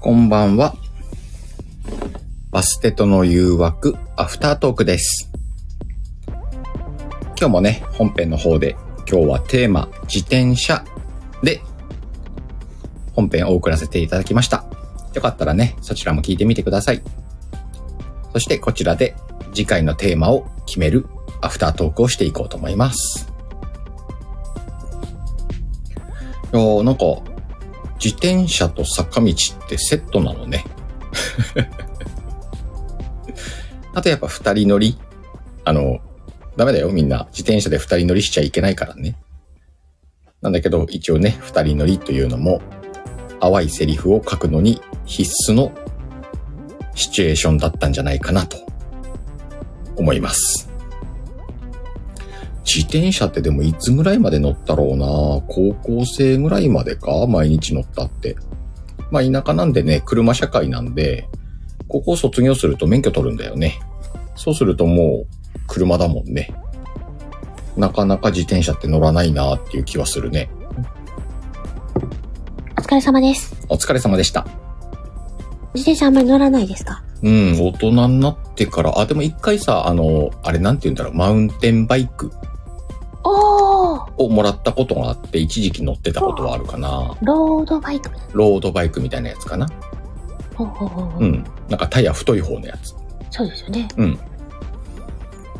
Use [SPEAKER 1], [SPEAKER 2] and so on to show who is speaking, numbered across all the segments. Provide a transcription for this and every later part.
[SPEAKER 1] こんばんは。バステとの誘惑、アフタートークです。今日もね、本編の方で、今日はテーマ、自転車で、本編を送らせていただきました。よかったらね、そちらも聞いてみてください。そしてこちらで、次回のテーマを決める、アフタートークをしていこうと思います。いやー、なんか、自転車と坂道ってセットなのね。 あとやっぱ二人乗り。あの、ダメだよみんな。自転車で二人乗りしちゃいけないからね。なんだけど、一応ね、二人乗りというのも、淡いセリフを書くのに必須のシチュエーションだったんじゃないかなと思います。自転車ってでもいつぐらいまで乗ったろうな高校生ぐらいまでか毎日乗ったって。まあ田舎なんでね、車社会なんで、高校卒業すると免許取るんだよね。そうするともう車だもんね。なかなか自転車って乗らないなっていう気はするね。
[SPEAKER 2] お疲れ様です。
[SPEAKER 1] お疲れ様でした。
[SPEAKER 2] 自転車あんまり乗らないですか
[SPEAKER 1] うん、大人になってから、あ、でも一回さ、あの、あれなんて言うんだろう、マウンテンバイク
[SPEAKER 2] おー
[SPEAKER 1] をもらったことがあって、一時期乗ってたことはあるかな。
[SPEAKER 2] ロードバイクみたい
[SPEAKER 1] ロードバイクみたいなやつかな。
[SPEAKER 2] な。ほうほうほうほう
[SPEAKER 1] うん。なんかタイヤ太い方のやつ。
[SPEAKER 2] そうですよね。
[SPEAKER 1] うん。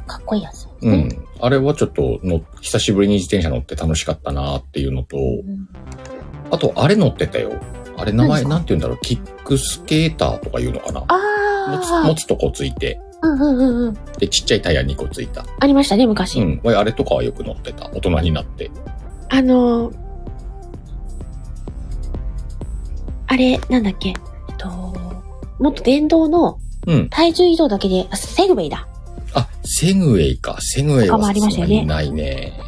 [SPEAKER 2] かっこいいやつです
[SPEAKER 1] う
[SPEAKER 2] ね。
[SPEAKER 1] ん。あれはちょっとの、久しぶりに自転車乗って楽しかったなっていうのと、
[SPEAKER 2] うん
[SPEAKER 1] あと、あれ乗ってたよ。あれ名
[SPEAKER 2] 何で
[SPEAKER 1] 前、
[SPEAKER 2] すか
[SPEAKER 1] なんて言うんだろう、キックスケーターとかいうのかな持つ、
[SPEAKER 2] あ
[SPEAKER 1] 持つとこついて、
[SPEAKER 2] ー。うんうんうんうん。
[SPEAKER 1] で、ちっちゃいタイヤ2個ついた。
[SPEAKER 2] ありましたね、昔。
[SPEAKER 1] うん。俺あれとかはよく乗ってた。大人になって。
[SPEAKER 2] あのー、あれ、なんだっけ。えっと、もっと電動の
[SPEAKER 1] うん。
[SPEAKER 2] 体重移動だけで、あセグウェイだ。
[SPEAKER 1] あ、セグウェイか。セグウェイ
[SPEAKER 2] とか
[SPEAKER 1] は
[SPEAKER 2] もありましたよね
[SPEAKER 1] さすがにないね。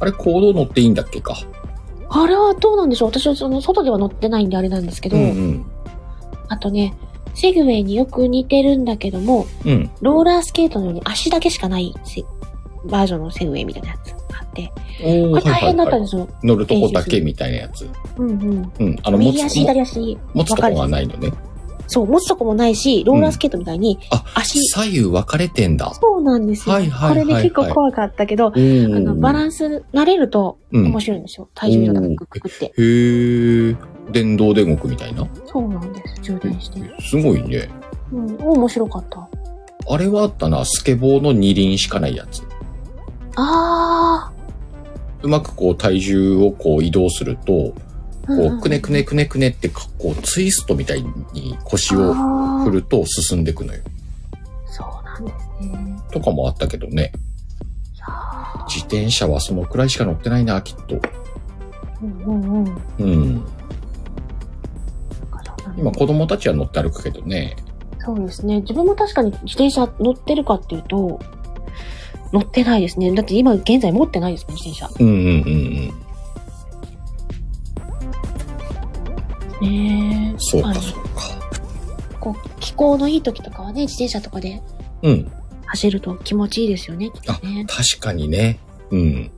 [SPEAKER 1] あれ、行動乗っていいんだっけか。
[SPEAKER 2] あれはどうなんでしょう私はその外では乗ってないんであれなんですけど、
[SPEAKER 1] うんうん。
[SPEAKER 2] あとね、セグウェイによく似てるんだけども、
[SPEAKER 1] うん。
[SPEAKER 2] ローラースケートのように足だけしかないせバージョンのセグウェイみたいなやつがあって、
[SPEAKER 1] お
[SPEAKER 2] これ大変だったん
[SPEAKER 1] い
[SPEAKER 2] ですよ。
[SPEAKER 1] 乗るとこだけみたいなやつ。
[SPEAKER 2] うん
[SPEAKER 1] うん。あ
[SPEAKER 2] う
[SPEAKER 1] の、
[SPEAKER 2] ん。
[SPEAKER 1] 持
[SPEAKER 2] 右
[SPEAKER 1] つ、
[SPEAKER 2] 足、左足。
[SPEAKER 1] 持つとこ
[SPEAKER 2] 分か
[SPEAKER 1] が
[SPEAKER 2] れて
[SPEAKER 1] ないのね。
[SPEAKER 2] そう、持つとこもないし、ローラースケートみたいに
[SPEAKER 1] あ、
[SPEAKER 2] 足、
[SPEAKER 1] 左右分かれてんだ。
[SPEAKER 2] そうなんですよ。
[SPEAKER 1] はいはい
[SPEAKER 2] こ
[SPEAKER 1] はいは
[SPEAKER 2] れ
[SPEAKER 1] い
[SPEAKER 2] で結構怖かったけ
[SPEAKER 1] あ
[SPEAKER 2] ど、あの、バラ
[SPEAKER 1] ン
[SPEAKER 2] ンス慣れると
[SPEAKER 1] うん
[SPEAKER 2] 面白いんですよ。体重移動だからくくって。
[SPEAKER 1] へー。電動で動くみたいな。
[SPEAKER 2] そうなんです。充電して。
[SPEAKER 1] すごいね。
[SPEAKER 2] うん、面白かった。
[SPEAKER 1] あれはあったな、スケボーの二輪しかないやつ。
[SPEAKER 2] あ
[SPEAKER 1] うまくこう体重をこう移動すると、
[SPEAKER 2] ー。
[SPEAKER 1] こ
[SPEAKER 2] ん
[SPEAKER 1] うくねくねくねくねってこうツイストみたいに腰を
[SPEAKER 2] あ
[SPEAKER 1] 振
[SPEAKER 2] ー
[SPEAKER 1] ると進んでいくのよ。
[SPEAKER 2] そうなんですね。
[SPEAKER 1] とかもあったけどね。
[SPEAKER 2] いやー
[SPEAKER 1] 自転車はそのくらいしか乗ってないな、きっと。
[SPEAKER 2] うんうんうん。
[SPEAKER 1] うん。
[SPEAKER 2] そうなんです
[SPEAKER 1] 今子供たちは乗って歩くけどね。
[SPEAKER 2] そうですね。自分も確かに自転車乗ってるかっていうと、乗ってないですね。だって今現在持ってないですもん、自転車。
[SPEAKER 1] うんうんうんうん。
[SPEAKER 2] ねえ。
[SPEAKER 1] そう
[SPEAKER 2] あ
[SPEAKER 1] か
[SPEAKER 2] の
[SPEAKER 1] そうか。
[SPEAKER 2] こう、気候のいい時とかはね、自転車とかで
[SPEAKER 1] うん。
[SPEAKER 2] 走ると気持ちいいですよね、きっとね。
[SPEAKER 1] 確かにね。うん。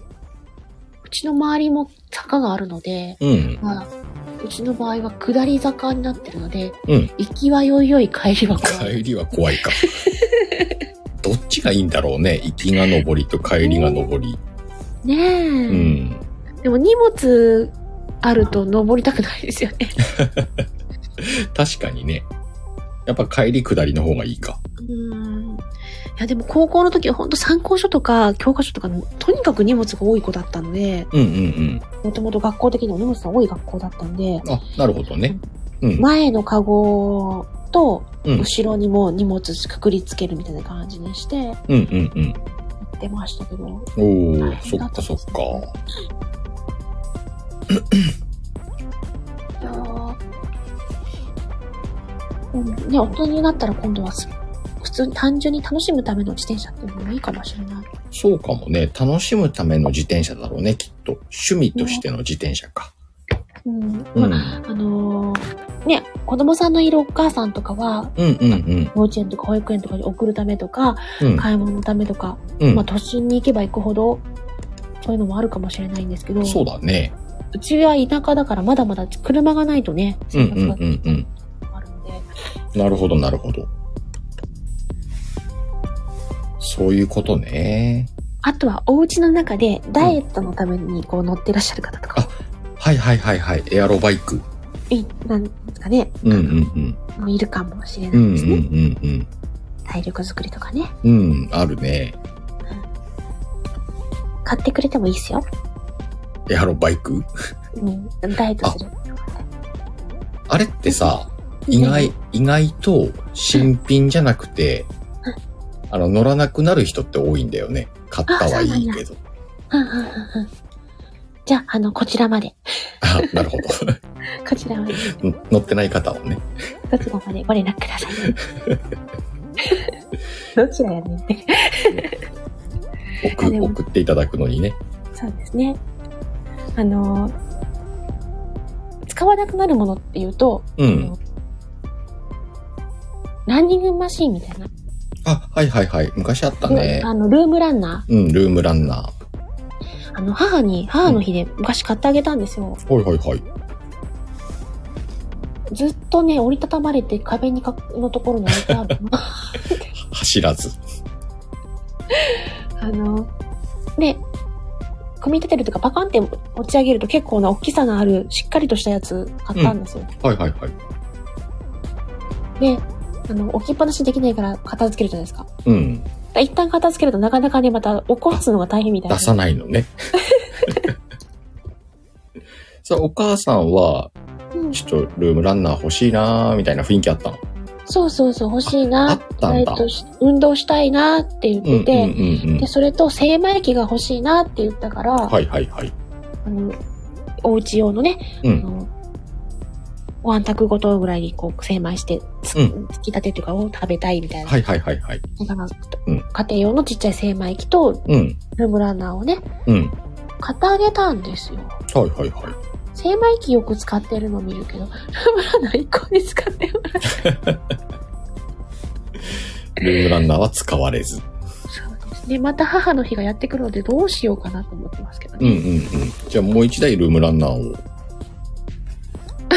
[SPEAKER 2] うちの周りも坂があるので、
[SPEAKER 1] うん。
[SPEAKER 2] まあ、うちの場合は下り坂になってるので、
[SPEAKER 1] うん
[SPEAKER 2] 行きはよいよい帰りは怖い。
[SPEAKER 1] 帰りは怖いか。 どっちがいいんだろうね。行きが上りと帰りが上り。
[SPEAKER 2] ねえ、
[SPEAKER 1] うん。
[SPEAKER 2] でも荷物あると登りたくないですよね。
[SPEAKER 1] 確かにね。やっぱ帰り下りの方がいいか。
[SPEAKER 2] うんいや、でも高校の時は本当参考書とか教科書とか、とにかく荷物が多い子だったので、
[SPEAKER 1] うんうん
[SPEAKER 2] もともと学校的にも荷物が多い学校だったんで、
[SPEAKER 1] うん。あ、なるほどね。うん。
[SPEAKER 2] 前のカゴと
[SPEAKER 1] うん
[SPEAKER 2] 後ろにも荷物くくりつけるみたいな感じにして
[SPEAKER 1] うんうん
[SPEAKER 2] 出ましたけど、
[SPEAKER 1] うん。おー、そっかそっか。
[SPEAKER 2] いやーうんね、大人になったら今度はす普通に単純に楽しむための自転車っていうのもいいかもしれない。
[SPEAKER 1] そうかもね。楽しむための自転車だろうね、きっと。趣味としての自転車か。
[SPEAKER 2] うん。
[SPEAKER 1] う
[SPEAKER 2] まあ
[SPEAKER 1] ん。
[SPEAKER 2] あのーね、子供さんのいるお母さんとかは、
[SPEAKER 1] うんうんうん。
[SPEAKER 2] 幼稚園とか保育園とかに送るためとか、
[SPEAKER 1] うん。
[SPEAKER 2] 買い物のためとか、
[SPEAKER 1] うん
[SPEAKER 2] まあ都心に行けば行くほど、そういうのもあるかもしれないんですけど、
[SPEAKER 1] そうだね。
[SPEAKER 2] うちは田舎だからまだまだ車がないとね、
[SPEAKER 1] うん
[SPEAKER 2] 生活
[SPEAKER 1] うん
[SPEAKER 2] が
[SPEAKER 1] うんうん。
[SPEAKER 2] ある
[SPEAKER 1] なるほど、なるほど。そういうことね。
[SPEAKER 2] あとは、お家の中でダイエットのためにこう乗ってらっしゃる方とか、
[SPEAKER 1] はいはいはいはい。エアロバイク。
[SPEAKER 2] いなんですかね、
[SPEAKER 1] うんうんうん。
[SPEAKER 2] もういるかもしれ
[SPEAKER 1] う
[SPEAKER 2] なんいうで
[SPEAKER 1] ん
[SPEAKER 2] すね。
[SPEAKER 1] うん
[SPEAKER 2] 体力作りとかね、
[SPEAKER 1] うん。うん、あるね。
[SPEAKER 2] 買ってくれてもいいですよ。
[SPEAKER 1] エアロバイク
[SPEAKER 2] うん、ダイエットする。
[SPEAKER 1] あれってさ、意外、意外と新品じゃなくて、あの、乗らなくなる人って多いんだよね。買ったはいいけど。
[SPEAKER 2] うんうんうんうんじゃあ、あの、こちらまで。
[SPEAKER 1] あ、なるほ
[SPEAKER 2] こちらまで。
[SPEAKER 1] ど。 乗ってない方はね。
[SPEAKER 2] どちらまでご連絡ください。 どちらやねんって。
[SPEAKER 1] 送
[SPEAKER 2] あでも
[SPEAKER 1] 送っていただくのにね。
[SPEAKER 2] そうですね。あの、使わなくなるものっていうと、
[SPEAKER 1] うん。
[SPEAKER 2] ランニングマシーンみたいな。
[SPEAKER 1] あ、はいはいはい。昔あったね。
[SPEAKER 2] あの、ルームランナ
[SPEAKER 1] うん、ルームランナー。
[SPEAKER 2] ー。あの、母に、母の日で昔買ってあげたんですよ。
[SPEAKER 1] はいはいはい。
[SPEAKER 2] ずっとね、折りたたまれて壁にかのところに置いてある の。
[SPEAKER 1] 走らず。
[SPEAKER 2] あの、で、組み立てるとかパカンって持ち上げると結構な大きさのある、しっかりとしたやつ買ったんですよ。
[SPEAKER 1] はいはいはい。
[SPEAKER 2] で、あの、置きっぱなしにできないから片付けるじゃないですか。
[SPEAKER 1] うん。
[SPEAKER 2] 一旦片付けるとなかなかね、また起こすのが大変みたいな。
[SPEAKER 1] 出さないのね。 さあ、お母さんは、
[SPEAKER 2] うん
[SPEAKER 1] ちょっとルームランナー欲しいなーみたいな雰囲気あったの。
[SPEAKER 2] そうそうそう、欲しい
[SPEAKER 1] あ
[SPEAKER 2] な。
[SPEAKER 1] ったんだ
[SPEAKER 2] ダイエットし運動したいなって言っ
[SPEAKER 1] うんうんう
[SPEAKER 2] てて、
[SPEAKER 1] んうん
[SPEAKER 2] で、。それと精米機が欲しいなって言ったから、
[SPEAKER 1] はいはいはい。
[SPEAKER 2] あの、お家用のね、
[SPEAKER 1] う
[SPEAKER 2] あ
[SPEAKER 1] ん。
[SPEAKER 2] の、ご飯炊くごとぐらいにこう精米して、つ
[SPEAKER 1] うん
[SPEAKER 2] つきたてとかを食べたいみたいな。
[SPEAKER 1] はいはいはいはい。
[SPEAKER 2] だから、
[SPEAKER 1] うん
[SPEAKER 2] 家庭用のちっちゃい精米機と
[SPEAKER 1] うん。
[SPEAKER 2] ルームランナーをね、
[SPEAKER 1] うん。
[SPEAKER 2] 買ってあげたんですよ。
[SPEAKER 1] はいはいはい。
[SPEAKER 2] 精米機よく使ってるの見るけど、ルームランナー一個に使ってもら
[SPEAKER 1] ルームランナーは使われず。
[SPEAKER 2] うですね。また母の日がやってくるのでどうしようかなと思ってますけど
[SPEAKER 1] うんうん
[SPEAKER 2] ね。
[SPEAKER 1] うん。じゃあもう一台ルームランナーを。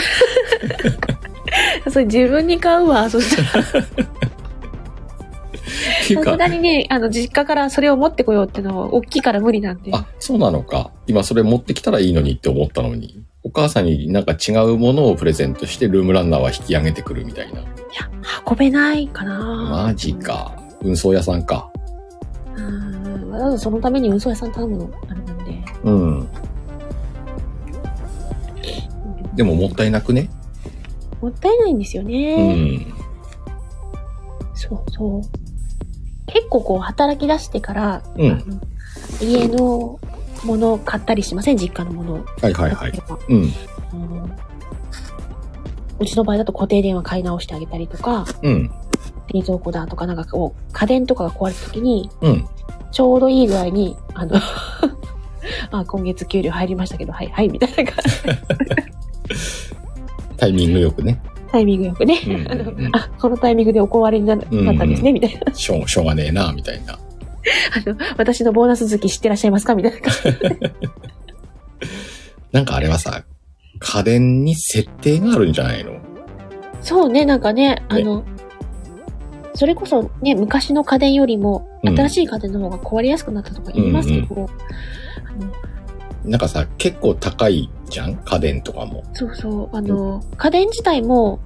[SPEAKER 2] それ自分に買うわ、 そしたら。
[SPEAKER 1] っていう
[SPEAKER 2] さ
[SPEAKER 1] か、
[SPEAKER 2] すがにね、あの、実家からそれを持ってこようってのは大きいから無理なんで。
[SPEAKER 1] あ、そうなのか。今それ持ってきたらいいのにって思ったのに。お母さんになんか違うものをプレゼントしてルームランナーは引き上げてくるみたいな。
[SPEAKER 2] いや、運べないかな
[SPEAKER 1] マジ。か。運送屋さんか。
[SPEAKER 2] うん。わざわざそのために運送屋さん頼むの、あれなんで。
[SPEAKER 1] うん。でももったいなくね。
[SPEAKER 2] もったいないんですよ
[SPEAKER 1] う
[SPEAKER 2] ね。
[SPEAKER 1] ん。
[SPEAKER 2] そうそう。結構こう、働き出してから、
[SPEAKER 1] うん。
[SPEAKER 2] 家のものを買ったりしません実家のものを。
[SPEAKER 1] はいはいはい。うん。
[SPEAKER 2] うんうちの場合だと固定電話買い直してあげたりとか、
[SPEAKER 1] うん。
[SPEAKER 2] 冷蔵庫だとかなんかこう、家電とかが壊れた時に、
[SPEAKER 1] うん。
[SPEAKER 2] ちょうどいい具合に、あの、 あ、今月給料入りましたけど、はい、はい、みたいな感じ
[SPEAKER 1] タイミングよくね。
[SPEAKER 2] タイミングよくね。
[SPEAKER 1] うんうんうん
[SPEAKER 2] あのあ、このタイミングでお断りになな
[SPEAKER 1] うんうん
[SPEAKER 2] ったんですね、みたいな。
[SPEAKER 1] しょう、しょうがねえな、みたいな。
[SPEAKER 2] あの、私のボーナス月知ってらっしゃいますかみたいな感じ。
[SPEAKER 1] なんかあれはさ、家電に設定があるんじゃないの
[SPEAKER 2] そうね、なんかね、あの、それこそね、昔の家電よりも、
[SPEAKER 1] うん
[SPEAKER 2] 新しい家電の方が壊れやすくなったとか言いますけど、あの
[SPEAKER 1] なんかさ、結構高いじゃん家電とかも。
[SPEAKER 2] そうそう、あの、家電自体も、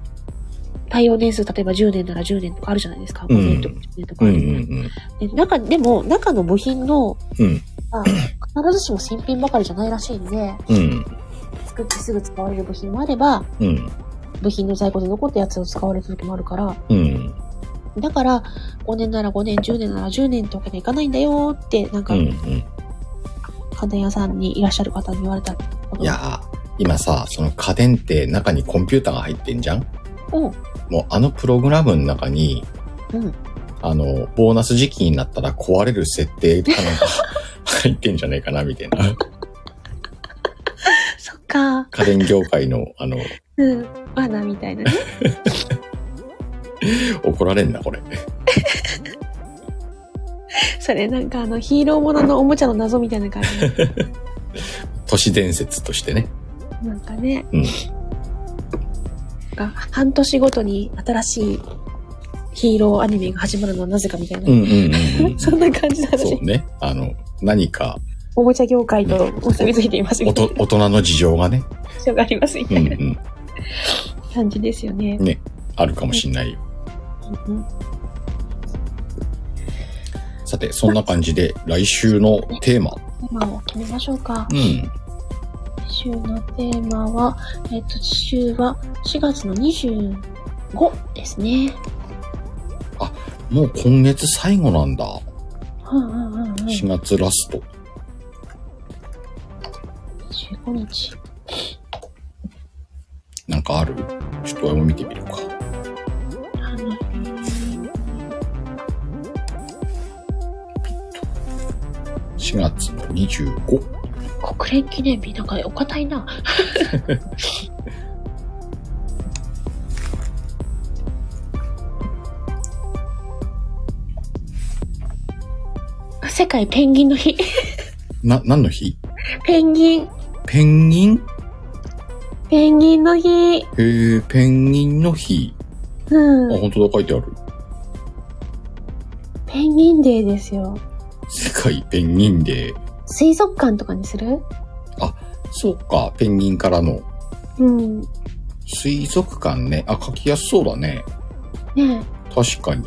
[SPEAKER 2] 対応年数、例えば10年なら10年とかあるじゃないですか。
[SPEAKER 1] うん
[SPEAKER 2] 5年とか10年とか
[SPEAKER 1] う
[SPEAKER 2] あ
[SPEAKER 1] んう
[SPEAKER 2] る。
[SPEAKER 1] ん
[SPEAKER 2] で中、でも、中の部品の、
[SPEAKER 1] うん。うん。
[SPEAKER 2] まあ必ずしも新品ばかりじゃないらしいんで、
[SPEAKER 1] うん。
[SPEAKER 2] 作ってすぐ使われる部品もあれば、
[SPEAKER 1] うん。
[SPEAKER 2] 部品の在庫で残ったやつを使われる時もあるから、
[SPEAKER 1] うん。
[SPEAKER 2] だから、5年なら5年、10年なら10年ってわけにはいかないんだよって、なん
[SPEAKER 1] う
[SPEAKER 2] か、
[SPEAKER 1] ん。
[SPEAKER 2] 家電屋さんにいらっしゃる方に言われたこと
[SPEAKER 1] いやー、今さ、その家電って中にコンピューターが入ってんじゃん
[SPEAKER 2] を、
[SPEAKER 1] もうあのプログラムの中に、
[SPEAKER 2] うん
[SPEAKER 1] あの、ボーナス時期になったら壊れる設定とかなんか 入ってんじゃないかな、みたいな。
[SPEAKER 2] そっか、
[SPEAKER 1] 家電業界の、あの、
[SPEAKER 2] うん、罠みたいなね。
[SPEAKER 1] 怒られんな、これ。
[SPEAKER 2] それなんかあの、ヒーローもののおもちゃの謎みたいな感じ。
[SPEAKER 1] 都市伝説としてね。
[SPEAKER 2] なんかね。
[SPEAKER 1] うん
[SPEAKER 2] か、半年ごとに新しいヒーローアニメが始まるのはなぜかみたいな。
[SPEAKER 1] うんうんうんうん。
[SPEAKER 2] そんな感じの
[SPEAKER 1] そ
[SPEAKER 2] 話
[SPEAKER 1] う。ね。あの、何か
[SPEAKER 2] おもちゃ業界と結びついていますみ
[SPEAKER 1] お
[SPEAKER 2] たい
[SPEAKER 1] と
[SPEAKER 2] な
[SPEAKER 1] 大人の事情がね、
[SPEAKER 2] 印象がありますみ
[SPEAKER 1] う
[SPEAKER 2] た
[SPEAKER 1] んう、
[SPEAKER 2] いなん感じですよね。
[SPEAKER 1] あるかもしんないよ。
[SPEAKER 2] うん
[SPEAKER 1] さて、そんな感じで来週のテーマ。
[SPEAKER 2] テーマを決めましょうか。
[SPEAKER 1] うん。
[SPEAKER 2] 来週のテーマは、えっと、次週は4月の25ですね。
[SPEAKER 1] もう今月最後なんだ。
[SPEAKER 2] うんうんうんうん。
[SPEAKER 1] 4月ラスト。
[SPEAKER 2] 25日。
[SPEAKER 1] なんかあるちょっと俺も見てみるか。
[SPEAKER 2] あの、
[SPEAKER 1] 4月の25。
[SPEAKER 2] 国連記念日、なんかお堅いな。 世界ペンギンの日。
[SPEAKER 1] な、何の日
[SPEAKER 2] ペンギン。
[SPEAKER 1] ペンギン
[SPEAKER 2] ペンギンの日。
[SPEAKER 1] へえ、ペンギンの日。あ、
[SPEAKER 2] うん。
[SPEAKER 1] 本当だ、書いてある。
[SPEAKER 2] ペンギンデーですよ。
[SPEAKER 1] 世界ペンギンデー。
[SPEAKER 2] 水族館とかにする
[SPEAKER 1] そうか、ペンギンからの
[SPEAKER 2] うん。ね
[SPEAKER 1] 水族館ね。あ、書きやすそうだね。
[SPEAKER 2] え。
[SPEAKER 1] 確か に。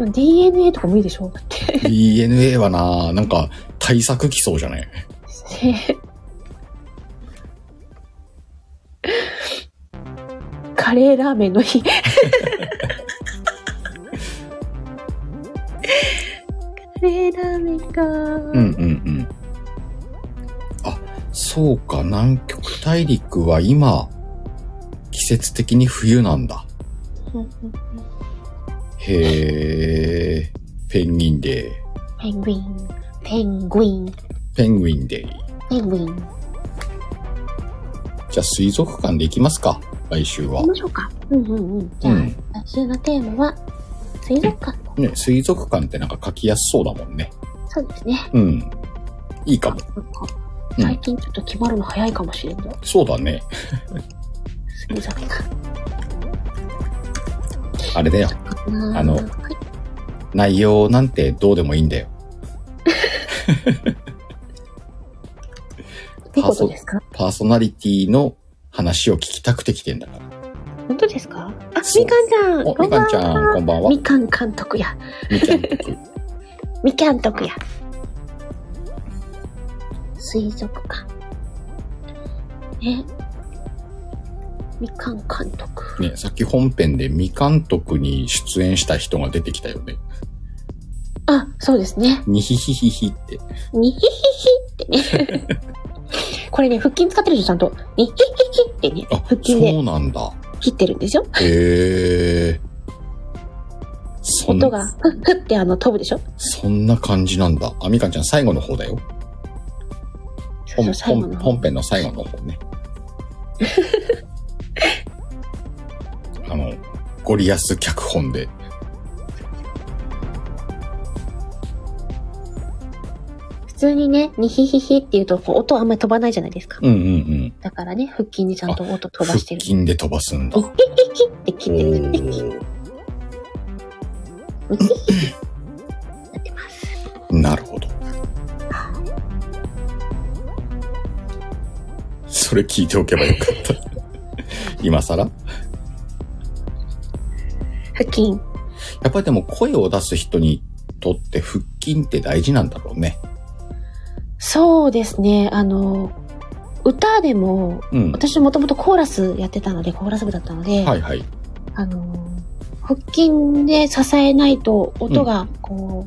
[SPEAKER 2] まあ DNA とかもいいでしょだって。
[SPEAKER 1] DNA はな、なんか対策来そうじゃない
[SPEAKER 2] カレーラーメンの日。カレーラーメンか。
[SPEAKER 1] うんうんうん。あ、そうか、南極大陸は今、季節的に冬なんだ。
[SPEAKER 2] うんうんうん。
[SPEAKER 1] へえ、ペンギンデー。
[SPEAKER 2] ペンギン。ペンギン。
[SPEAKER 1] ペンギンデー。
[SPEAKER 2] ペンギン。行
[SPEAKER 1] じゃあ水族館で行きますか、来週は
[SPEAKER 2] き。ましょうか。うんうんうん。じ
[SPEAKER 1] う
[SPEAKER 2] ゃあ、
[SPEAKER 1] ん。
[SPEAKER 2] 来週のテーマは、水族館。
[SPEAKER 1] ね、水族館ってなんか書きやすそうだもんね。
[SPEAKER 2] そうですね。
[SPEAKER 1] うん。いいかも。
[SPEAKER 2] なんか
[SPEAKER 1] うん
[SPEAKER 2] 最近ちょっと決まるの早いかもしれない。
[SPEAKER 1] そうだね。
[SPEAKER 2] 水族館。
[SPEAKER 1] あれだよ。あの
[SPEAKER 2] はい
[SPEAKER 1] 内容なんてどうでもいいんだよ。
[SPEAKER 2] いいことですか
[SPEAKER 1] パーソナリティの話を聞きたくて来てんだから。
[SPEAKER 2] 本当ですかあ、
[SPEAKER 1] そう
[SPEAKER 2] みかんちゃん
[SPEAKER 1] お、
[SPEAKER 2] こ
[SPEAKER 1] み
[SPEAKER 2] んばん
[SPEAKER 1] かん
[SPEAKER 2] は
[SPEAKER 1] ちゃん、こんばんは。
[SPEAKER 2] みかん監督や。
[SPEAKER 1] みきゃんく
[SPEAKER 2] みきゃん督や。水族館。ね。みかん監督。
[SPEAKER 1] ね、さっき本編で未監督に出演した人が出てきたよね。
[SPEAKER 2] あ、そうですね。
[SPEAKER 1] にひひひひって。
[SPEAKER 2] にひひひって ね。これね、腹筋使ってるでしょ、ちゃんと。にひひひってね、
[SPEAKER 1] あ
[SPEAKER 2] 腹、筋
[SPEAKER 1] そ
[SPEAKER 2] で
[SPEAKER 1] うなんだ。
[SPEAKER 2] 切ってるんですよ。
[SPEAKER 1] へえ。そん
[SPEAKER 2] 音が、ふっふってあの、飛ぶでしょ。
[SPEAKER 1] そんな感じなんだ。あ、みかんちゃん最後の方だよ。
[SPEAKER 2] そうそ
[SPEAKER 1] 本
[SPEAKER 2] う最後
[SPEAKER 1] 本
[SPEAKER 2] の。
[SPEAKER 1] 本編の最後の方 ね。あの、ゴリアス脚本で。
[SPEAKER 2] 普通にね、にひひひって言うと、こう音あんまり飛ばないじゃないですか。
[SPEAKER 1] うんうんうん。
[SPEAKER 2] だからね、腹筋にちゃんと音飛ば
[SPEAKER 1] 腹
[SPEAKER 2] してる。
[SPEAKER 1] 筋で飛ばすんだ。
[SPEAKER 2] にひひひって切
[SPEAKER 1] お
[SPEAKER 2] ってる。
[SPEAKER 1] ー
[SPEAKER 2] なってます。
[SPEAKER 1] なるほど。それ聞いておけばよかった。 今更
[SPEAKER 2] 腹筋。
[SPEAKER 1] やっぱりでも声を出す人にとって腹筋って大事なんだろうね。
[SPEAKER 2] そうですね。あの、歌でも、
[SPEAKER 1] うん。は
[SPEAKER 2] 私もともとコーラスやってたので、コーラス部だったので、
[SPEAKER 1] いはい。
[SPEAKER 2] あの、腹筋で支えないと音が、こ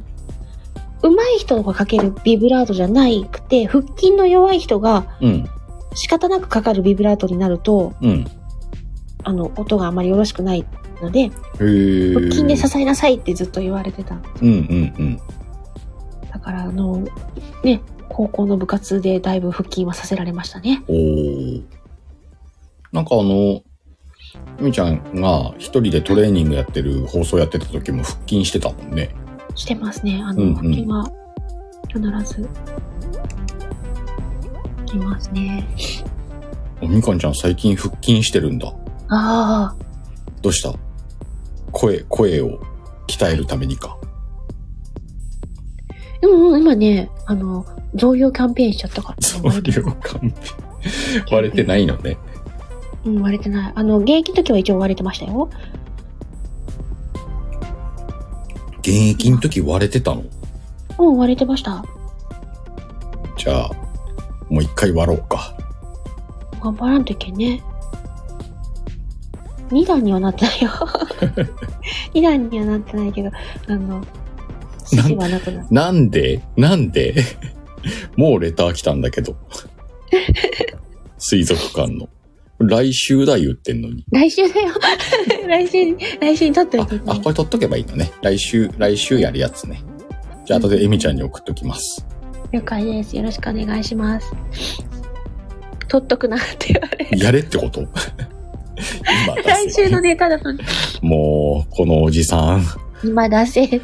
[SPEAKER 2] う、上手い人がかけるビブラートじゃなくて、腹筋の弱い人が
[SPEAKER 1] うん。
[SPEAKER 2] 仕方なくかかるビブラートになると、
[SPEAKER 1] うん。
[SPEAKER 2] あの、音があまりよろしくないので、
[SPEAKER 1] へー
[SPEAKER 2] 腹筋で支えなさいってずっと言われてた。
[SPEAKER 1] うんうんうん。
[SPEAKER 2] だから、あの、ね、高校の部活でだいぶ腹筋はさせられましたね。
[SPEAKER 1] おーなんかあの、みーちゃんが一人でトレーニングやってる放送やってた時も腹筋してたもんね。
[SPEAKER 2] してますね。あ
[SPEAKER 1] うんう
[SPEAKER 2] の、
[SPEAKER 1] ん
[SPEAKER 2] 腹筋は必ず、きますね。
[SPEAKER 1] おみかんちゃん最近腹筋してるんだ。
[SPEAKER 2] ああ、
[SPEAKER 1] どうした声、声を鍛えるためにか。
[SPEAKER 2] うんうん、今ね、あの、増量キャンペーンしちゃったから。
[SPEAKER 1] 増量感割れてないのね。
[SPEAKER 2] うん、割れてない。あの、現役の時は一応割れてましたよ。
[SPEAKER 1] 現役の時割れてたの
[SPEAKER 2] うん、割れてました。
[SPEAKER 1] じゃあ、もう一回割ろうか。
[SPEAKER 2] 頑張らんといけんね。2段にはなってな いよ。2段にはなってないけど、あの、筋はなくなる。
[SPEAKER 1] なんでなんで もうレター来たんだけど。水族館の。来週だ言ってんのに。
[SPEAKER 2] 来週だよ。 来 週に、来週に撮っとい
[SPEAKER 1] あ
[SPEAKER 2] て、ね
[SPEAKER 1] あ、。これ取っとけばいいのね。来週、来週やるやつね。じゃあ、後でエミちゃんに送っときます。
[SPEAKER 2] 了解です。よろしくお願いします。撮っとくなって言われ。
[SPEAKER 1] やれってこと今出せ。
[SPEAKER 2] 来週のネタだと、
[SPEAKER 1] もう、このおじさん。
[SPEAKER 2] 今出 せって。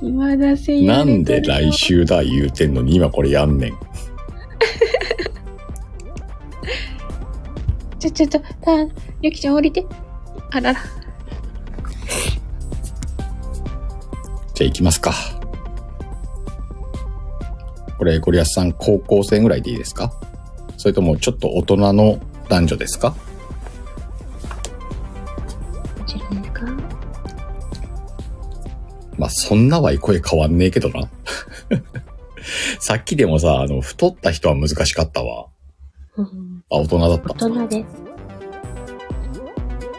[SPEAKER 2] 今出せ言
[SPEAKER 1] な
[SPEAKER 2] われてる
[SPEAKER 1] んで来週だ言うてんのに今これやんねん。
[SPEAKER 2] ちょちょちょ、た、ゆきちゃん降りて。あらら。
[SPEAKER 1] じゃあ行きますか。これ、ゴリアスさん、高校生ぐらいでいいですかそれとも、ちょっと大人の男女ですか
[SPEAKER 2] こちらですか
[SPEAKER 1] まあ、そんなわい声変わんねえけどな。 さっきでもさ、あの、太った人は難しかったわ。
[SPEAKER 2] うん。
[SPEAKER 1] あ、大人だった。
[SPEAKER 2] 大人です。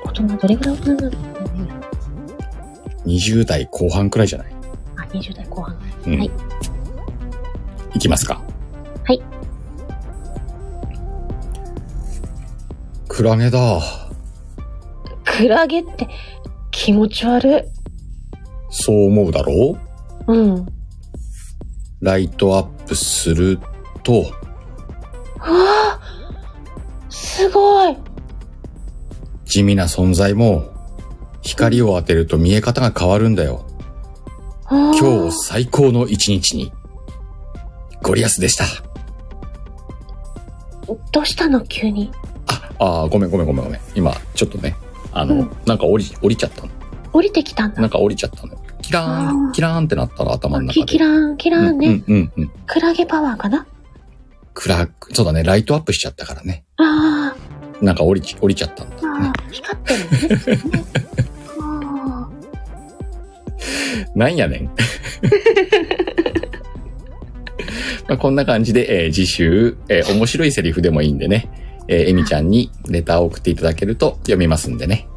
[SPEAKER 2] 大人、どれぐらい大人なの
[SPEAKER 1] 20代後半くらいじゃない
[SPEAKER 2] あ、20代後半。
[SPEAKER 1] うん。
[SPEAKER 2] はい。
[SPEAKER 1] いきますか。
[SPEAKER 2] はい。
[SPEAKER 1] クラゲだ。
[SPEAKER 2] クラゲって気持ち悪
[SPEAKER 1] そう思うだろう
[SPEAKER 2] い。うん。
[SPEAKER 1] ライトアップすると、
[SPEAKER 2] ああすごい
[SPEAKER 1] 地味な存在も、光を当てると見え方が変わるんだよ。
[SPEAKER 2] 今
[SPEAKER 1] 今日最高の一日に。ゴリアスでした。
[SPEAKER 2] どうしたの急に。
[SPEAKER 1] あ、あーごめんごめんごめんごめん。今、ちょっとね、あの、
[SPEAKER 2] うん
[SPEAKER 1] なんか降り、降りちゃったの。
[SPEAKER 2] 降りてきたん
[SPEAKER 1] な
[SPEAKER 2] だ
[SPEAKER 1] ん。か降りちゃったの。キラー
[SPEAKER 2] あ
[SPEAKER 1] ン、
[SPEAKER 2] ー
[SPEAKER 1] キラーンってなったの、頭の中
[SPEAKER 2] キ
[SPEAKER 1] で。
[SPEAKER 2] キラーン、キラーンね。
[SPEAKER 1] うんうんうんうん。
[SPEAKER 2] クラゲパワーかな
[SPEAKER 1] 暗く、そうだね、ライトアップしちゃったからね。
[SPEAKER 2] あー
[SPEAKER 1] なんか降りち、降りちゃったんだ、ね
[SPEAKER 2] あ。ー、光ってるねそれね。あ
[SPEAKER 1] なんやねん。 まあこんな感じで、えー次週、えー面白いセリフでもいいんでね、えー、エミちゃんにレターを送っていただけると読みますんでね、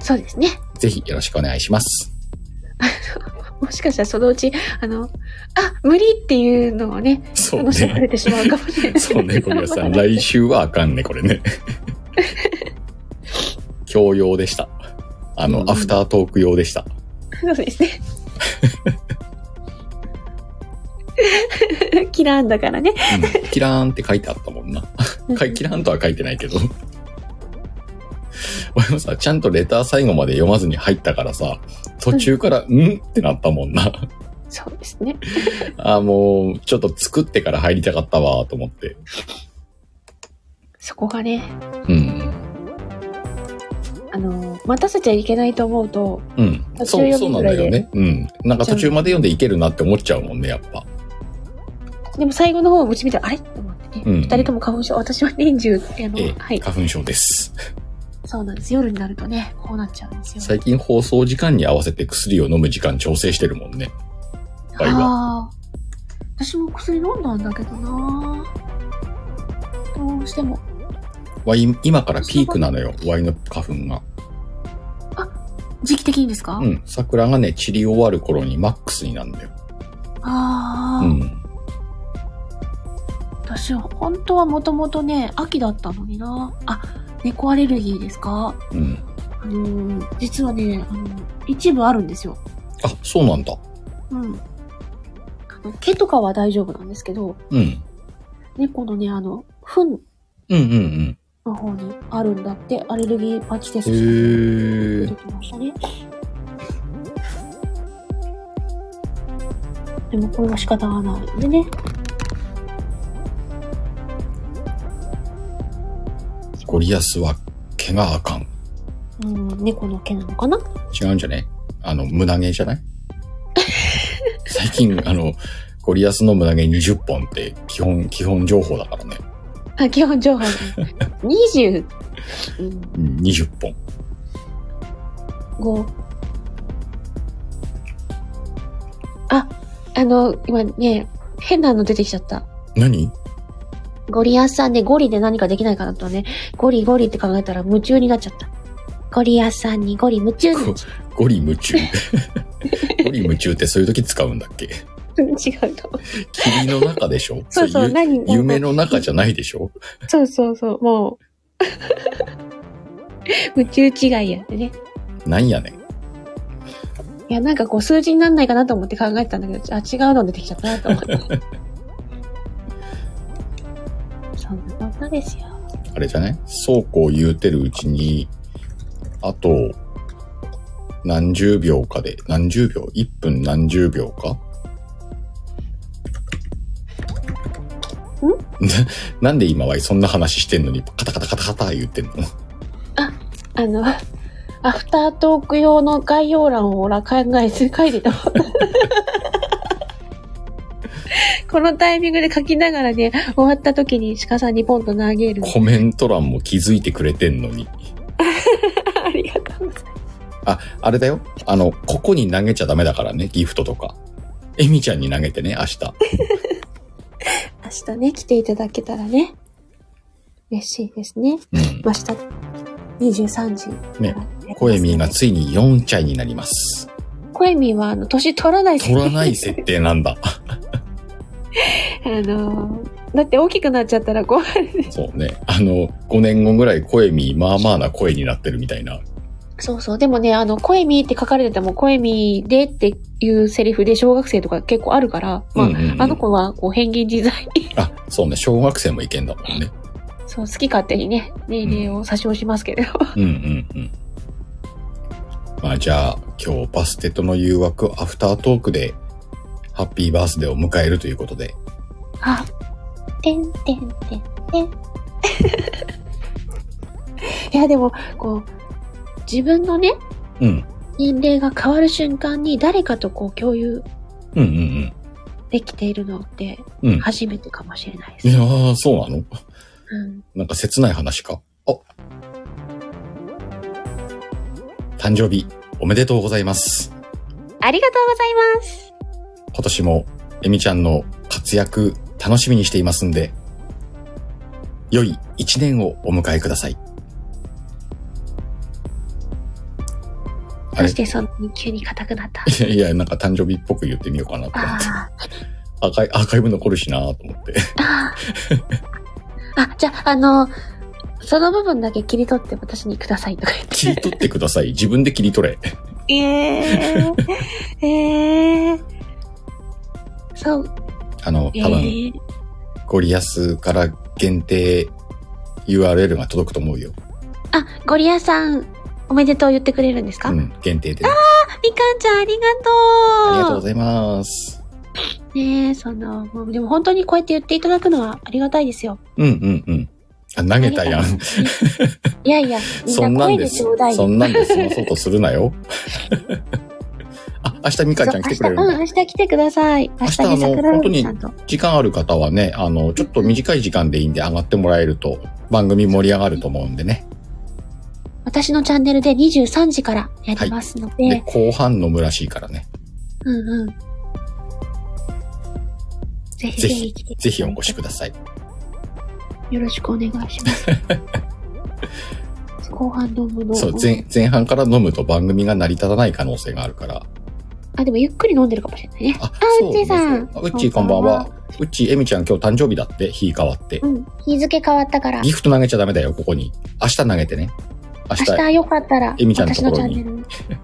[SPEAKER 2] ーそうですね。
[SPEAKER 1] ぜひよろしくお願いします。
[SPEAKER 2] もしかしたらそのうち、あの、あ、無理っていうのをね、
[SPEAKER 1] そう
[SPEAKER 2] 楽しまれ
[SPEAKER 1] ね。
[SPEAKER 2] てしまうかもしれない。
[SPEAKER 1] そうね、小宮さ ん。
[SPEAKER 2] またね
[SPEAKER 1] 来週はあかんね、これ ね。教養でした。あの、
[SPEAKER 2] うん
[SPEAKER 1] アフタートーク用でした。
[SPEAKER 2] そうですね。 キラーンだからね。
[SPEAKER 1] うんキラーンって書いてあったもんな。かキラーンとは書いてないけど。俺もさ、ちゃんとレター最後まで読まずに入ったからさ、途中から、んってなったもんな。
[SPEAKER 2] そうですね。
[SPEAKER 1] あー、もう、ちょっと作ってから入りたかったわ、と思って。
[SPEAKER 2] そこがね、
[SPEAKER 1] うん。
[SPEAKER 2] あの、待たせちゃいけないと思うと、
[SPEAKER 1] うん。
[SPEAKER 2] 途
[SPEAKER 1] そ
[SPEAKER 2] 中
[SPEAKER 1] う、
[SPEAKER 2] 読
[SPEAKER 1] そう
[SPEAKER 2] み
[SPEAKER 1] なん
[SPEAKER 2] ぐら
[SPEAKER 1] だ
[SPEAKER 2] いで
[SPEAKER 1] よね。うん。なんか途中まで読んでいけるなって思っちゃうもんね、やっぱ。
[SPEAKER 2] でも最後の方をうち見て、あれと思ってね。
[SPEAKER 1] うんうん
[SPEAKER 2] 二人とも花粉症、私は年中、あの、
[SPEAKER 1] ええ、
[SPEAKER 2] はい。
[SPEAKER 1] 花粉症です。
[SPEAKER 2] そうなんです。夜になるとね、こうなっちゃうんですよ。
[SPEAKER 1] 最近放送時間に合わせて薬を飲む時間調整してるもんね。倍は。
[SPEAKER 2] ああ。私も薬飲んだんだけどなどうしても。
[SPEAKER 1] ワイン、今からピークなのよ、ワインの花粉が。
[SPEAKER 2] 時期的にですか、
[SPEAKER 1] うん。桜がね、散り終わる頃にマックスになるんだよ。
[SPEAKER 2] ああ、
[SPEAKER 1] うん。
[SPEAKER 2] 私、本当はもともとね、秋だったのになあ、猫アレルギーですか
[SPEAKER 1] うん。
[SPEAKER 2] あのー実はね、あの、一部あるんですよ。
[SPEAKER 1] あ、そうなんだ。
[SPEAKER 2] うん。あの、毛とかは大丈夫なんですけど、
[SPEAKER 1] うん。
[SPEAKER 2] 猫のね、あの、糞
[SPEAKER 1] うんうん
[SPEAKER 2] の方にあるんだって、アレルギーパッチテ
[SPEAKER 1] う
[SPEAKER 2] ストして
[SPEAKER 1] ん。へ
[SPEAKER 2] 出
[SPEAKER 1] え
[SPEAKER 2] て。きましたね。でもこれは仕方がないのでね。
[SPEAKER 1] ゴリアスは毛があかん。
[SPEAKER 2] うん、猫の毛なのかな
[SPEAKER 1] 違うんじゃねあの、胸毛じ ゃない最近、あの、ゴリアスの胸毛20本って基本、基本情報だからね。
[SPEAKER 2] あ、基本情報二十うん
[SPEAKER 1] うん、20本。
[SPEAKER 2] 五。あ、あの、今ね、変なの出てきちゃった。
[SPEAKER 1] 何
[SPEAKER 2] ゴリアスさんでゴリで何かできないかなとね、ゴリゴリって考えたら夢中になっちゃった。ゴリアスさんにゴリ夢中になっちゃっ
[SPEAKER 1] ゴリ夢 中。ゴリ夢中ってそういう時使うんだっけ
[SPEAKER 2] た違 うと思う。
[SPEAKER 1] 霧の中でしょ
[SPEAKER 2] そうそう、
[SPEAKER 1] れゆ
[SPEAKER 2] 何
[SPEAKER 1] 夢の中じゃないでしょ
[SPEAKER 2] そうそうそう、 もう。夢中違いやってね。
[SPEAKER 1] なんやねん。
[SPEAKER 2] いや、なんかこう数字になんないかなと思って考えてたんだけど、あ、違うの出てきちゃったなと思 って。そんなこんなですよ。
[SPEAKER 1] あれじゃないそうこう言うてるうちに、あと、何十秒かで、何十秒 ?1 分何十秒かな なんで今はそんな話してんのにカタカタカタカタ言ってんの
[SPEAKER 2] あの、アフタートーク用の概要欄を俺は考えず書いてた もんこのタイミングで書きながらね、終わった時に鹿さんにポンと投げる。
[SPEAKER 1] コメント欄も気づいてくれてんのに。
[SPEAKER 2] ありがとうございま
[SPEAKER 1] あ、あれだよ。あの、ここに投げちゃダメだからね、ギフトとか。エミちゃんに投げてね、明日。
[SPEAKER 2] す。明日ね、来ていただけたらね、嬉しいですね。
[SPEAKER 1] うん。
[SPEAKER 2] 明日、23時。
[SPEAKER 1] ね、コエミーが。ついに4チャイになります。
[SPEAKER 2] 声みは、あの、年取らない
[SPEAKER 1] 取らない設定なんだ。
[SPEAKER 2] あのーだって大きくなっちゃったらこう、
[SPEAKER 1] そうね。あの、5年後ぐらい声み、まあまあな声になってるみたいな。
[SPEAKER 2] そうそう。でもね、あの、声みって書かれてても、声みでっていうセリフで小学生とか結構あるから、まあ、
[SPEAKER 1] うんうんうん
[SPEAKER 2] あの子はこう変幻自在 に
[SPEAKER 1] あ、そうね。小学生もいけんだもんね。
[SPEAKER 2] そう、好き勝手にね、年齢を差し押しますけれど。
[SPEAKER 1] うんうんうん。まあじゃあ、今日バステとの誘惑アフタートークで、ハッピーバースデーを迎えるということで、
[SPEAKER 2] あ、てんてんてんてん。 いや、でも、こう、自分のね、
[SPEAKER 1] うん。
[SPEAKER 2] 年齢が変わる瞬間に誰かとこう共有
[SPEAKER 1] うんうん
[SPEAKER 2] できているのって
[SPEAKER 1] うん。うん。
[SPEAKER 2] 初めてかもしれないです。
[SPEAKER 1] いやー、そうなの
[SPEAKER 2] うん
[SPEAKER 1] なんか切ない話か。あ誕生日おめでとうございます。
[SPEAKER 2] ありがとうございます。
[SPEAKER 1] 今年もエミちゃんの活躍楽しみにしていますんで、良い一年をお迎えください。 あ
[SPEAKER 2] そ
[SPEAKER 1] れ
[SPEAKER 2] してそんなに急に硬くなった。
[SPEAKER 1] いやいや、なんか誕生日っぽく言ってみようかなと思
[SPEAKER 2] あ
[SPEAKER 1] って。
[SPEAKER 2] あ。
[SPEAKER 1] アーカイアーカイブ残るしなと 思って。
[SPEAKER 2] あーあ、じゃあ、あの、その部分だけ切り取って私にくださいとか言って。
[SPEAKER 1] 切り取ってください。自分で切り取れ。
[SPEAKER 2] えー、えー。そう、
[SPEAKER 1] あの、
[SPEAKER 2] え
[SPEAKER 1] 多分、
[SPEAKER 2] ー、
[SPEAKER 1] ゴリアスから限定 URL が届くと思うよ。
[SPEAKER 2] あ、ゴリアさん、おめでとう言ってくれるんですか、
[SPEAKER 1] う
[SPEAKER 2] み
[SPEAKER 1] ん、限定でね。
[SPEAKER 2] かんちゃん、ありがとう
[SPEAKER 1] ありがとうございます。
[SPEAKER 2] ねえ、その、もうでも本当にこうやって言っていただくのはありがたいですよ。
[SPEAKER 1] うんうんうん。あ、投げたやん。
[SPEAKER 2] いやいや、
[SPEAKER 1] そ
[SPEAKER 2] み
[SPEAKER 1] ん
[SPEAKER 2] ん
[SPEAKER 1] な
[SPEAKER 2] な
[SPEAKER 1] ん
[SPEAKER 2] 声
[SPEAKER 1] で
[SPEAKER 2] ですちょうだ。い
[SPEAKER 1] そ。んなんで済まそうとするなよ。 あ、明日みかんちゃん来てくれるん
[SPEAKER 2] そう明日う
[SPEAKER 1] だ。
[SPEAKER 2] ん、明日来てください。明日
[SPEAKER 1] 明日あの
[SPEAKER 2] に桜
[SPEAKER 1] 本当
[SPEAKER 2] を
[SPEAKER 1] に
[SPEAKER 2] ちゃんと。
[SPEAKER 1] 時間ある方はね、あの、ちょっと短い時間でいいんで上がってもらえると番組盛り上がると思うんでね。
[SPEAKER 2] 私のチャンネルで23時からやりますので、
[SPEAKER 1] で、後半飲むらしいからね。
[SPEAKER 2] うんうん。ぜひ
[SPEAKER 1] ぜ
[SPEAKER 2] ぜ
[SPEAKER 1] ひ
[SPEAKER 2] ひ来
[SPEAKER 1] ぜ
[SPEAKER 2] て
[SPEAKER 1] ひお越しください。
[SPEAKER 2] い。よろしくお願いし ます。後半のもの。
[SPEAKER 1] そう、前、前半から飲むと番組が成り立たない可能性があるから。
[SPEAKER 2] あ、でもゆっくり飲んでるかもしれないね。
[SPEAKER 1] あ、
[SPEAKER 2] うっちーさん
[SPEAKER 1] あうっちーこんばんは。うっちー、えみちゃん今日誕生日だって、日変わって。
[SPEAKER 2] うん。日付変わったから。
[SPEAKER 1] ギフト投げちゃダメだよ、ここに。明日投げてね。明日、
[SPEAKER 2] 明日よかったら、
[SPEAKER 1] えみちゃんの
[SPEAKER 2] 私
[SPEAKER 1] とこ
[SPEAKER 2] の
[SPEAKER 1] ろ
[SPEAKER 2] チ
[SPEAKER 1] に
[SPEAKER 2] ャンネル。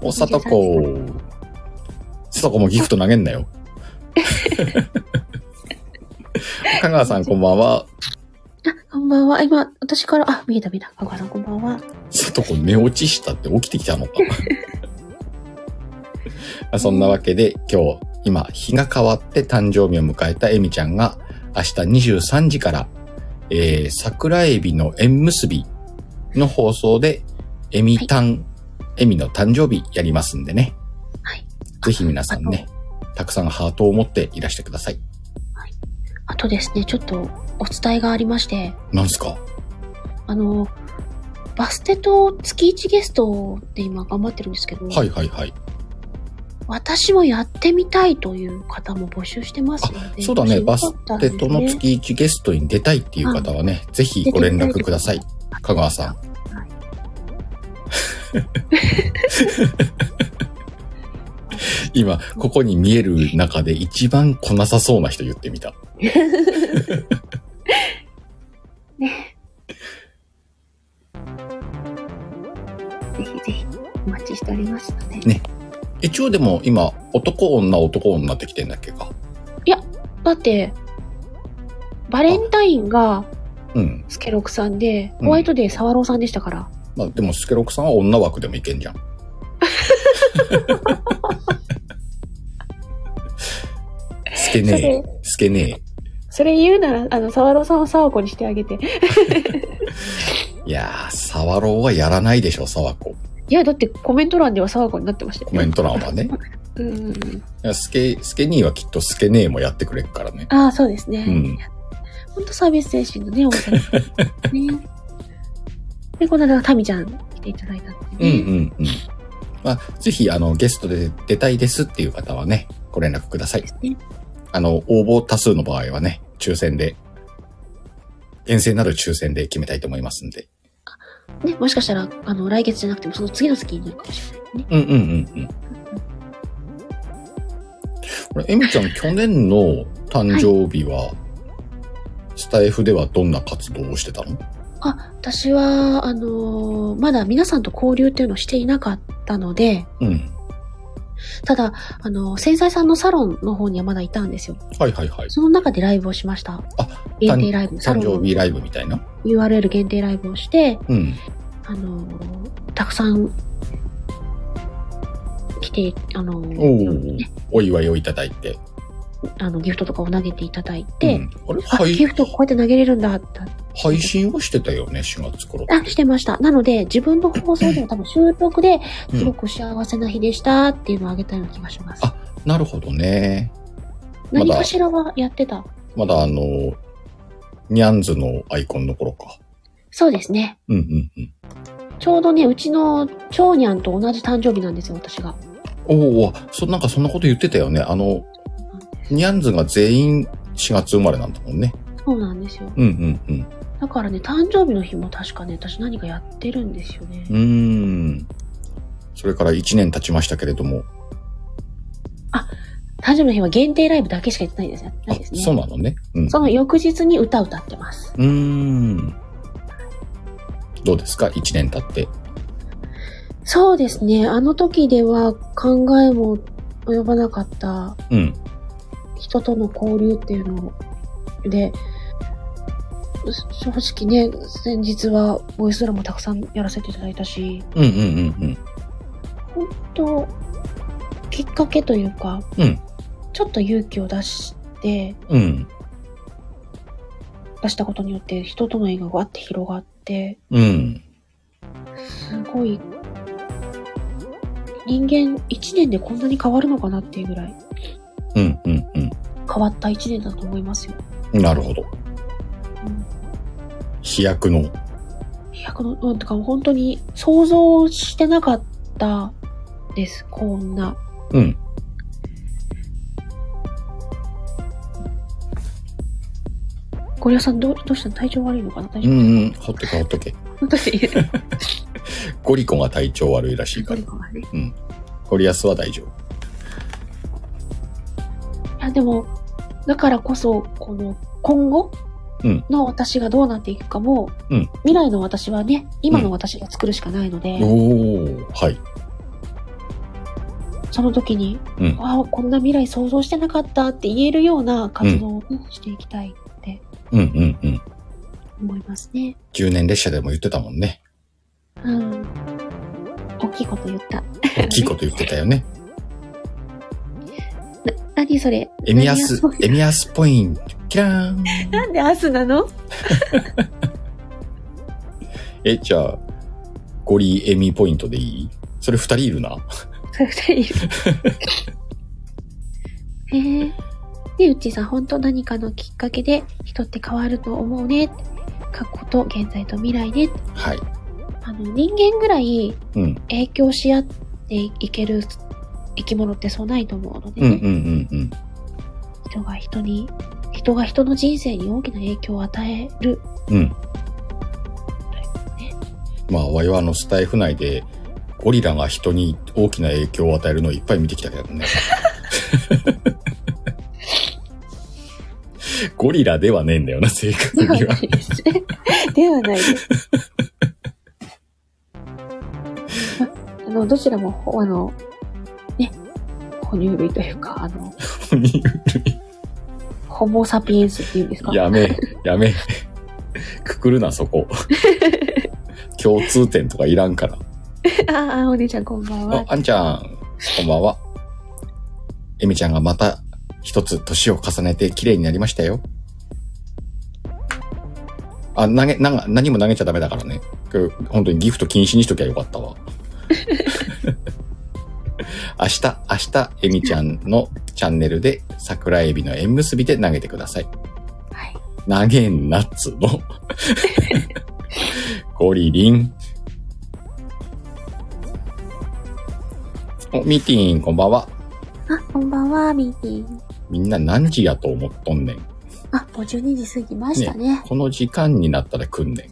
[SPEAKER 1] お、さとこ。さとこもギフト投げんなよ。香川さんこんばんは。
[SPEAKER 2] あ、こんばんは。今、私から、あ、見えた見えた。あかさんこんばんは。
[SPEAKER 1] さとこ寝落ちしたって起きてきたのか。まあそんなわけで今日、今、日が変わって誕生日を迎えたエミちゃんが明日23時から、ええー、桜エビの縁結びの放送で、エミタン、エミの誕生日やりますんでね。
[SPEAKER 2] はい。
[SPEAKER 1] ぜひ皆さんね、たくさんハートを持っていらしてください。
[SPEAKER 2] あとですね、ちょっとお伝えがありまして、
[SPEAKER 1] なんすか
[SPEAKER 2] あの、バステと月一ゲストで今頑張ってるんですけど、
[SPEAKER 1] はいはいはい。
[SPEAKER 2] 私もやってみたいという方も募集してますので。
[SPEAKER 1] そうだね、バステとの
[SPEAKER 2] 月。
[SPEAKER 1] 月1ゲストに出たいっていう方はね、ぜひご連絡ください。香川さん。今、ここに見える中で一番来なさそうな人言ってみた。
[SPEAKER 2] ぜひぜひお待ちしておりますので。
[SPEAKER 1] 一応でも今、男女男女ってきてんだっけか。
[SPEAKER 2] だって、バレンタインが
[SPEAKER 1] うん。
[SPEAKER 2] スケロクさんで、
[SPEAKER 1] うん
[SPEAKER 2] ホワイトデーサワローさんでしたから。
[SPEAKER 1] まあでも、スケロクさんは女枠でもいけん じゃん。スケ
[SPEAKER 2] そ
[SPEAKER 1] ね
[SPEAKER 2] れ
[SPEAKER 1] え、スケね
[SPEAKER 2] それ言うなら、あの、サワローさんをサワコにしてあげて。
[SPEAKER 1] え。いやー、サワローはやらないでしょ、サワコ。
[SPEAKER 2] いや、だってコメント欄ではサワコになってましたよ。
[SPEAKER 1] コメント欄は ね。
[SPEAKER 2] うんうんうん。
[SPEAKER 1] いやスケ、スケ兄はきっとスケねえもやってくれるからね。
[SPEAKER 2] ああ、そうですね。
[SPEAKER 1] うん
[SPEAKER 2] ほんとサービス精神のね、お店ですね。ねで、この間、タミちゃん来ていただいたん
[SPEAKER 1] うん
[SPEAKER 2] で、
[SPEAKER 1] う
[SPEAKER 2] ね。
[SPEAKER 1] んうん。まあ、ぜひ、あの、ゲストで出たいですっていう方はね、ご連絡ください
[SPEAKER 2] で。すね。
[SPEAKER 1] あの、応募多数の場合はね、抽選で、厳正なる抽選で決めたいと思いますんで。
[SPEAKER 2] ね、もしかしたら、あの、来月じゃなくても、その次の月になるかもしれないね。
[SPEAKER 1] うんうんうんうん。これ、エミちゃん、去年の誕生日は、スタイフではどんな活動をしてたの
[SPEAKER 2] あ、私は、あのーまだ皆さんと交流っていうのをしていなかったので、
[SPEAKER 1] うん。
[SPEAKER 2] ただ、あの、繊細さんのサロンの方にはまだいたんですよ。
[SPEAKER 1] はいはいはい。
[SPEAKER 2] その中でライブをしました。
[SPEAKER 1] あ、
[SPEAKER 2] 限定ライブ、サ
[SPEAKER 1] 誕
[SPEAKER 2] ロ
[SPEAKER 1] 生
[SPEAKER 2] ン
[SPEAKER 1] 日ライブみたいな。
[SPEAKER 2] URL 限定ライブをして、
[SPEAKER 1] うん。
[SPEAKER 2] あのーたくさん来て、あのー
[SPEAKER 1] お
[SPEAKER 2] いろいろ
[SPEAKER 1] お
[SPEAKER 2] ね、、
[SPEAKER 1] お祝いをいただいて。
[SPEAKER 2] あの、ギフトとかを投げていただいて、
[SPEAKER 1] うん、あれ
[SPEAKER 2] あ、
[SPEAKER 1] 配
[SPEAKER 2] ギフトこうやって投げれるんだって、
[SPEAKER 1] 配信をしてたよね、4月頃。
[SPEAKER 2] あ、してました。なので、自分の放送でも多分収録で
[SPEAKER 1] うん
[SPEAKER 2] すごく幸せな日でしたっていうのをあげたような気がします。
[SPEAKER 1] あなるほどね。まだ
[SPEAKER 2] 何かしらはやってた。
[SPEAKER 1] まだあの、ニャンズのアイコンの頃か。
[SPEAKER 2] そうですね。
[SPEAKER 1] うんうんうん。
[SPEAKER 2] ちょうどね、うちの長にゃんと同じ誕生日なんですよ、私が。
[SPEAKER 1] おお、そ、なんかそんなこと言ってたよね。あの、ニャンズが全員4月生まれなんだもんね。
[SPEAKER 2] そうなんですよ。
[SPEAKER 1] うんうん
[SPEAKER 2] だからね、誕生日の日も確かね、私何かやってるんですよね。
[SPEAKER 1] うん。うーん。それから1年経ちましたけれども。
[SPEAKER 2] 誕生日の日は限定ライブだけしかやってないですね。な
[SPEAKER 1] あ
[SPEAKER 2] いで、すね。
[SPEAKER 1] そうなのね。うん。
[SPEAKER 2] その翌日に歌歌ってます。
[SPEAKER 1] うーん。どうですか ?1 年経って。
[SPEAKER 2] そうですね。あの時では考えも及ばなかった
[SPEAKER 1] うん。
[SPEAKER 2] 人との交流っていうので、正直ね、先日はボイスドラマたくさんやらせていただいたし、
[SPEAKER 1] うんうんうんうん。
[SPEAKER 2] 本当きっかけというか、
[SPEAKER 1] うん
[SPEAKER 2] ちょっと勇気を出して、
[SPEAKER 1] うん。
[SPEAKER 2] 出したことによって人との縁がわって広がって、
[SPEAKER 1] うん。
[SPEAKER 2] すごい、人間一年でこんなに変わるのかなっていうぐらい、
[SPEAKER 1] うんうんうん。
[SPEAKER 2] 変わった一年だと思いますよ。
[SPEAKER 1] なるほど。
[SPEAKER 2] うん
[SPEAKER 1] 飛躍の。
[SPEAKER 2] いや、この、うん、とか本当に想像してなかったです、こんな。
[SPEAKER 1] うん。
[SPEAKER 2] ゴリラさん、どうどうしたの体調悪いのかな大
[SPEAKER 1] う
[SPEAKER 2] 丈夫、
[SPEAKER 1] んうん。ほっとけほっとけ。
[SPEAKER 2] 私、
[SPEAKER 1] ゴリコが体調悪いらしい
[SPEAKER 2] ゴ
[SPEAKER 1] から
[SPEAKER 2] リ。ラはね。い
[SPEAKER 1] ゴリアスは大丈夫。
[SPEAKER 2] や、でも、だからこそ、この、今後
[SPEAKER 1] うん
[SPEAKER 2] の私がどうなっていくかも、
[SPEAKER 1] うん
[SPEAKER 2] 未来の私はね、今の私が作るしかないので、
[SPEAKER 1] おー。はい。
[SPEAKER 2] その時に、
[SPEAKER 1] うん
[SPEAKER 2] わあ、こんな未来想像してなかったって言えるような活動をね、していきたいと
[SPEAKER 1] うんうんうん。
[SPEAKER 2] 思いますね。
[SPEAKER 1] 10年列車でも言ってたもんね。
[SPEAKER 2] うん。大きいこと言った。
[SPEAKER 1] 大きいこと言ってたよね。
[SPEAKER 2] 何それ
[SPEAKER 1] エミアス
[SPEAKER 2] 何が、
[SPEAKER 1] エミアスポイントキラーン。
[SPEAKER 2] なんでアスなの
[SPEAKER 1] え、じゃあ、ゴリエミポイントでいいそれ二人いるな。
[SPEAKER 2] それ二人 いる。へえ。で、うっちーさん、本当何かのきっかけで人って変わると思うね。過去と現在と未来ね。
[SPEAKER 1] はい。
[SPEAKER 2] あの、人間ぐらい
[SPEAKER 1] うん。
[SPEAKER 2] 影響し合っていける生き物ってそうないと思うので、
[SPEAKER 1] うんうんうんうん。
[SPEAKER 2] 人が人に、人が人の人生に大きな影響を与える。
[SPEAKER 1] うん。まあ、我々のスタイフ内で、ゴリラが人に大きな影響を与えるのをいっぱい見てきたけどね。ゴリラではねえんだよな、正確
[SPEAKER 2] では
[SPEAKER 1] に
[SPEAKER 2] な
[SPEAKER 1] は。
[SPEAKER 2] いですね。ではないです。まあの、どちらも、ほあの、ね、哺乳類というか、あの、ホモサピエンスっていうんですか
[SPEAKER 1] やめえ、やめえ。くくるな、そこ。共通点とかいらんから。
[SPEAKER 2] ああ、お姉ちゃんこんばん
[SPEAKER 1] あ
[SPEAKER 2] は、。
[SPEAKER 1] あんちゃん、こんばんは。えみちゃんがまた一つ年を重ねて綺麗になりましたよ。あ、投げ、なんか何も投げちゃダメだからね。これ本当にギフト禁止にしときゃよかったわ。 明日、明日、えみちゃんのチャンネルで桜エビの縁結びで投げてください。
[SPEAKER 2] は
[SPEAKER 1] 投
[SPEAKER 2] い。
[SPEAKER 1] げんなっつー の。ゴリリン。お、ミーティーン、こんばんは。
[SPEAKER 2] あ、こんばんは、ミーティー。
[SPEAKER 1] みんな何時やと思っとんねん。
[SPEAKER 2] あ、52時過ぎましたね。
[SPEAKER 1] この時間になったら来んね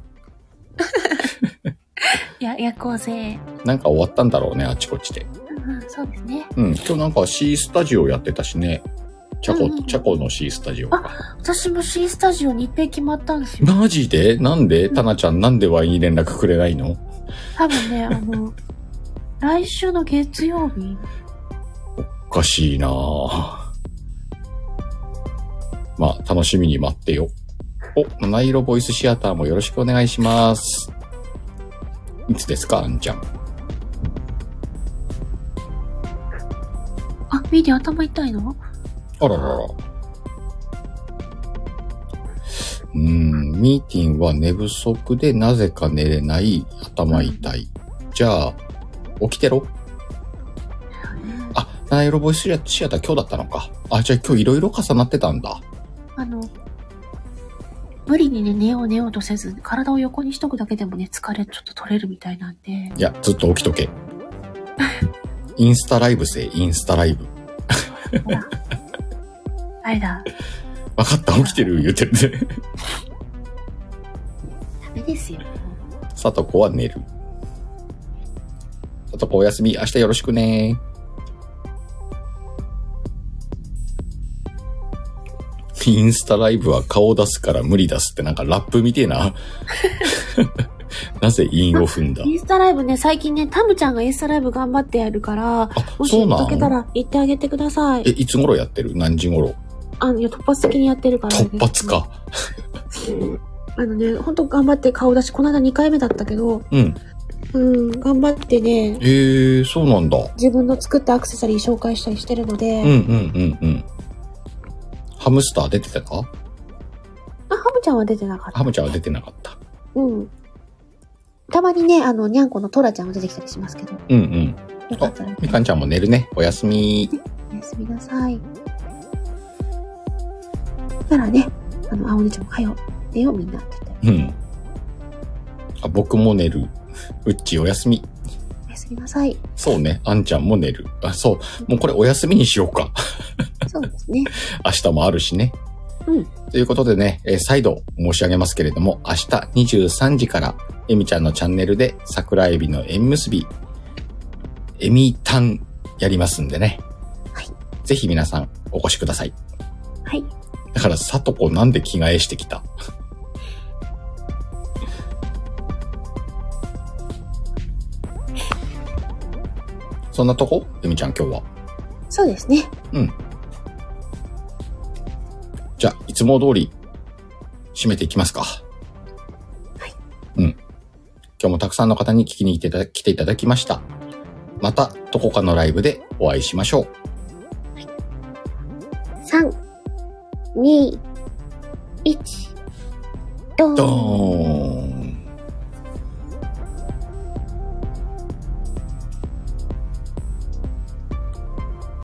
[SPEAKER 1] ん。
[SPEAKER 2] や、夜行性。
[SPEAKER 1] なんか終わったんだろうね、あちこちで。
[SPEAKER 2] うんうん、そうですね。
[SPEAKER 1] うん、今日なんか C スタジオやってたしね。チャコ、
[SPEAKER 2] うんうん
[SPEAKER 1] チャコの C スタジオが。
[SPEAKER 2] 私も C スタジオ日程決まったんですよ。
[SPEAKER 1] マジでなんでタナちゃんなんでワイに連絡くれないの
[SPEAKER 2] 多分ね、あ の、来週の月曜日。
[SPEAKER 1] おかしいなぁ。まあ、楽しみに待ってよ。お、七色ボイスシアターもよろしくお願いします。いつですか、あんちゃん。
[SPEAKER 2] あ、ミーティー頭痛いの
[SPEAKER 1] あららら。うーん、ミーティンは寝不足でなぜか寝れない、頭痛い。じゃあ、起きてろ。あ、七色ボイスシアシアター今日だったのか。あ、じゃあ今日いろいろ重なってたんだ。
[SPEAKER 2] あの、無理にね、寝よう寝ようとせず、体を横にしとくだけでもね、疲れちょっと取れるみたいなんで。
[SPEAKER 1] いや、ずっと起きとけ。インスタライブせ、インスタライブ。
[SPEAKER 2] あれだ、
[SPEAKER 1] わかった、起きてる、言うてるね。
[SPEAKER 2] ダメですよ。
[SPEAKER 1] さとこは寝る。さとこおやすみ、明日よろしくね。インスタライブは顔出すから無理出すってなんかラップみてえな。なぜ韻を踏んだ
[SPEAKER 2] インスタライブね、最近ね、タムちゃんがインスタライブ頑張ってやるから、
[SPEAKER 1] あ、
[SPEAKER 2] もし
[SPEAKER 1] そうな
[SPEAKER 2] 解けた
[SPEAKER 1] の
[SPEAKER 2] ら行ってあげてくださ
[SPEAKER 1] え、
[SPEAKER 2] い。
[SPEAKER 1] いつ頃やってる何時頃
[SPEAKER 2] あの、いや突発的にやってるから、
[SPEAKER 1] 突発。か。
[SPEAKER 2] あのね、ほんと頑張って顔出し、この間2回目だったけど、
[SPEAKER 1] うん。
[SPEAKER 2] うん、頑張ってね、
[SPEAKER 1] えー、そうなんだ。
[SPEAKER 2] 自分の作ったアクセサリー紹介したりしてるので、
[SPEAKER 1] うんうんうんうん。ハムスター出てたか
[SPEAKER 2] あ、ハムちゃんは出てなかった。
[SPEAKER 1] ハムちゃんは出てなかった。
[SPEAKER 2] うん。たまにね、あの、にゃんこのトラちゃんも出てきたりしますけど、
[SPEAKER 1] うんうん。
[SPEAKER 2] よかったら、
[SPEAKER 1] みかんちゃんも寝るね。おやすみ。
[SPEAKER 2] おやすみなさい。ならね、あの、あおねちゃんも、はよ、寝ようみんなって言って、
[SPEAKER 1] うん。あ、僕も寝る。うっちーおやすみ。
[SPEAKER 2] おやすみな さい。
[SPEAKER 1] そうね。あんちゃんも寝る。あ、そう。もうこれおやすみにしようか。
[SPEAKER 2] そうですね。
[SPEAKER 1] 明日もあるしね。
[SPEAKER 2] うん
[SPEAKER 1] ということでね、えー再度申し上げますけれども、明日23時から、えみちゃんのチャンネルで桜エビの縁結び、エミタンやりますんでね。
[SPEAKER 2] はい
[SPEAKER 1] ぜひ皆さんお越しください。
[SPEAKER 2] はい。
[SPEAKER 1] だから、さとこなんで着替えしてきた そんなとこえみちゃん今日は。
[SPEAKER 2] そうですね。
[SPEAKER 1] じゃあ、いつも通り、締めていきますか。
[SPEAKER 2] はい。
[SPEAKER 1] うん。今日もたくさんの方に聞きに来ていただ来ていただきました。また、どこかのライブでお会いしましょう。
[SPEAKER 2] 3、2、
[SPEAKER 3] 1、ドーン。
[SPEAKER 2] ドーン。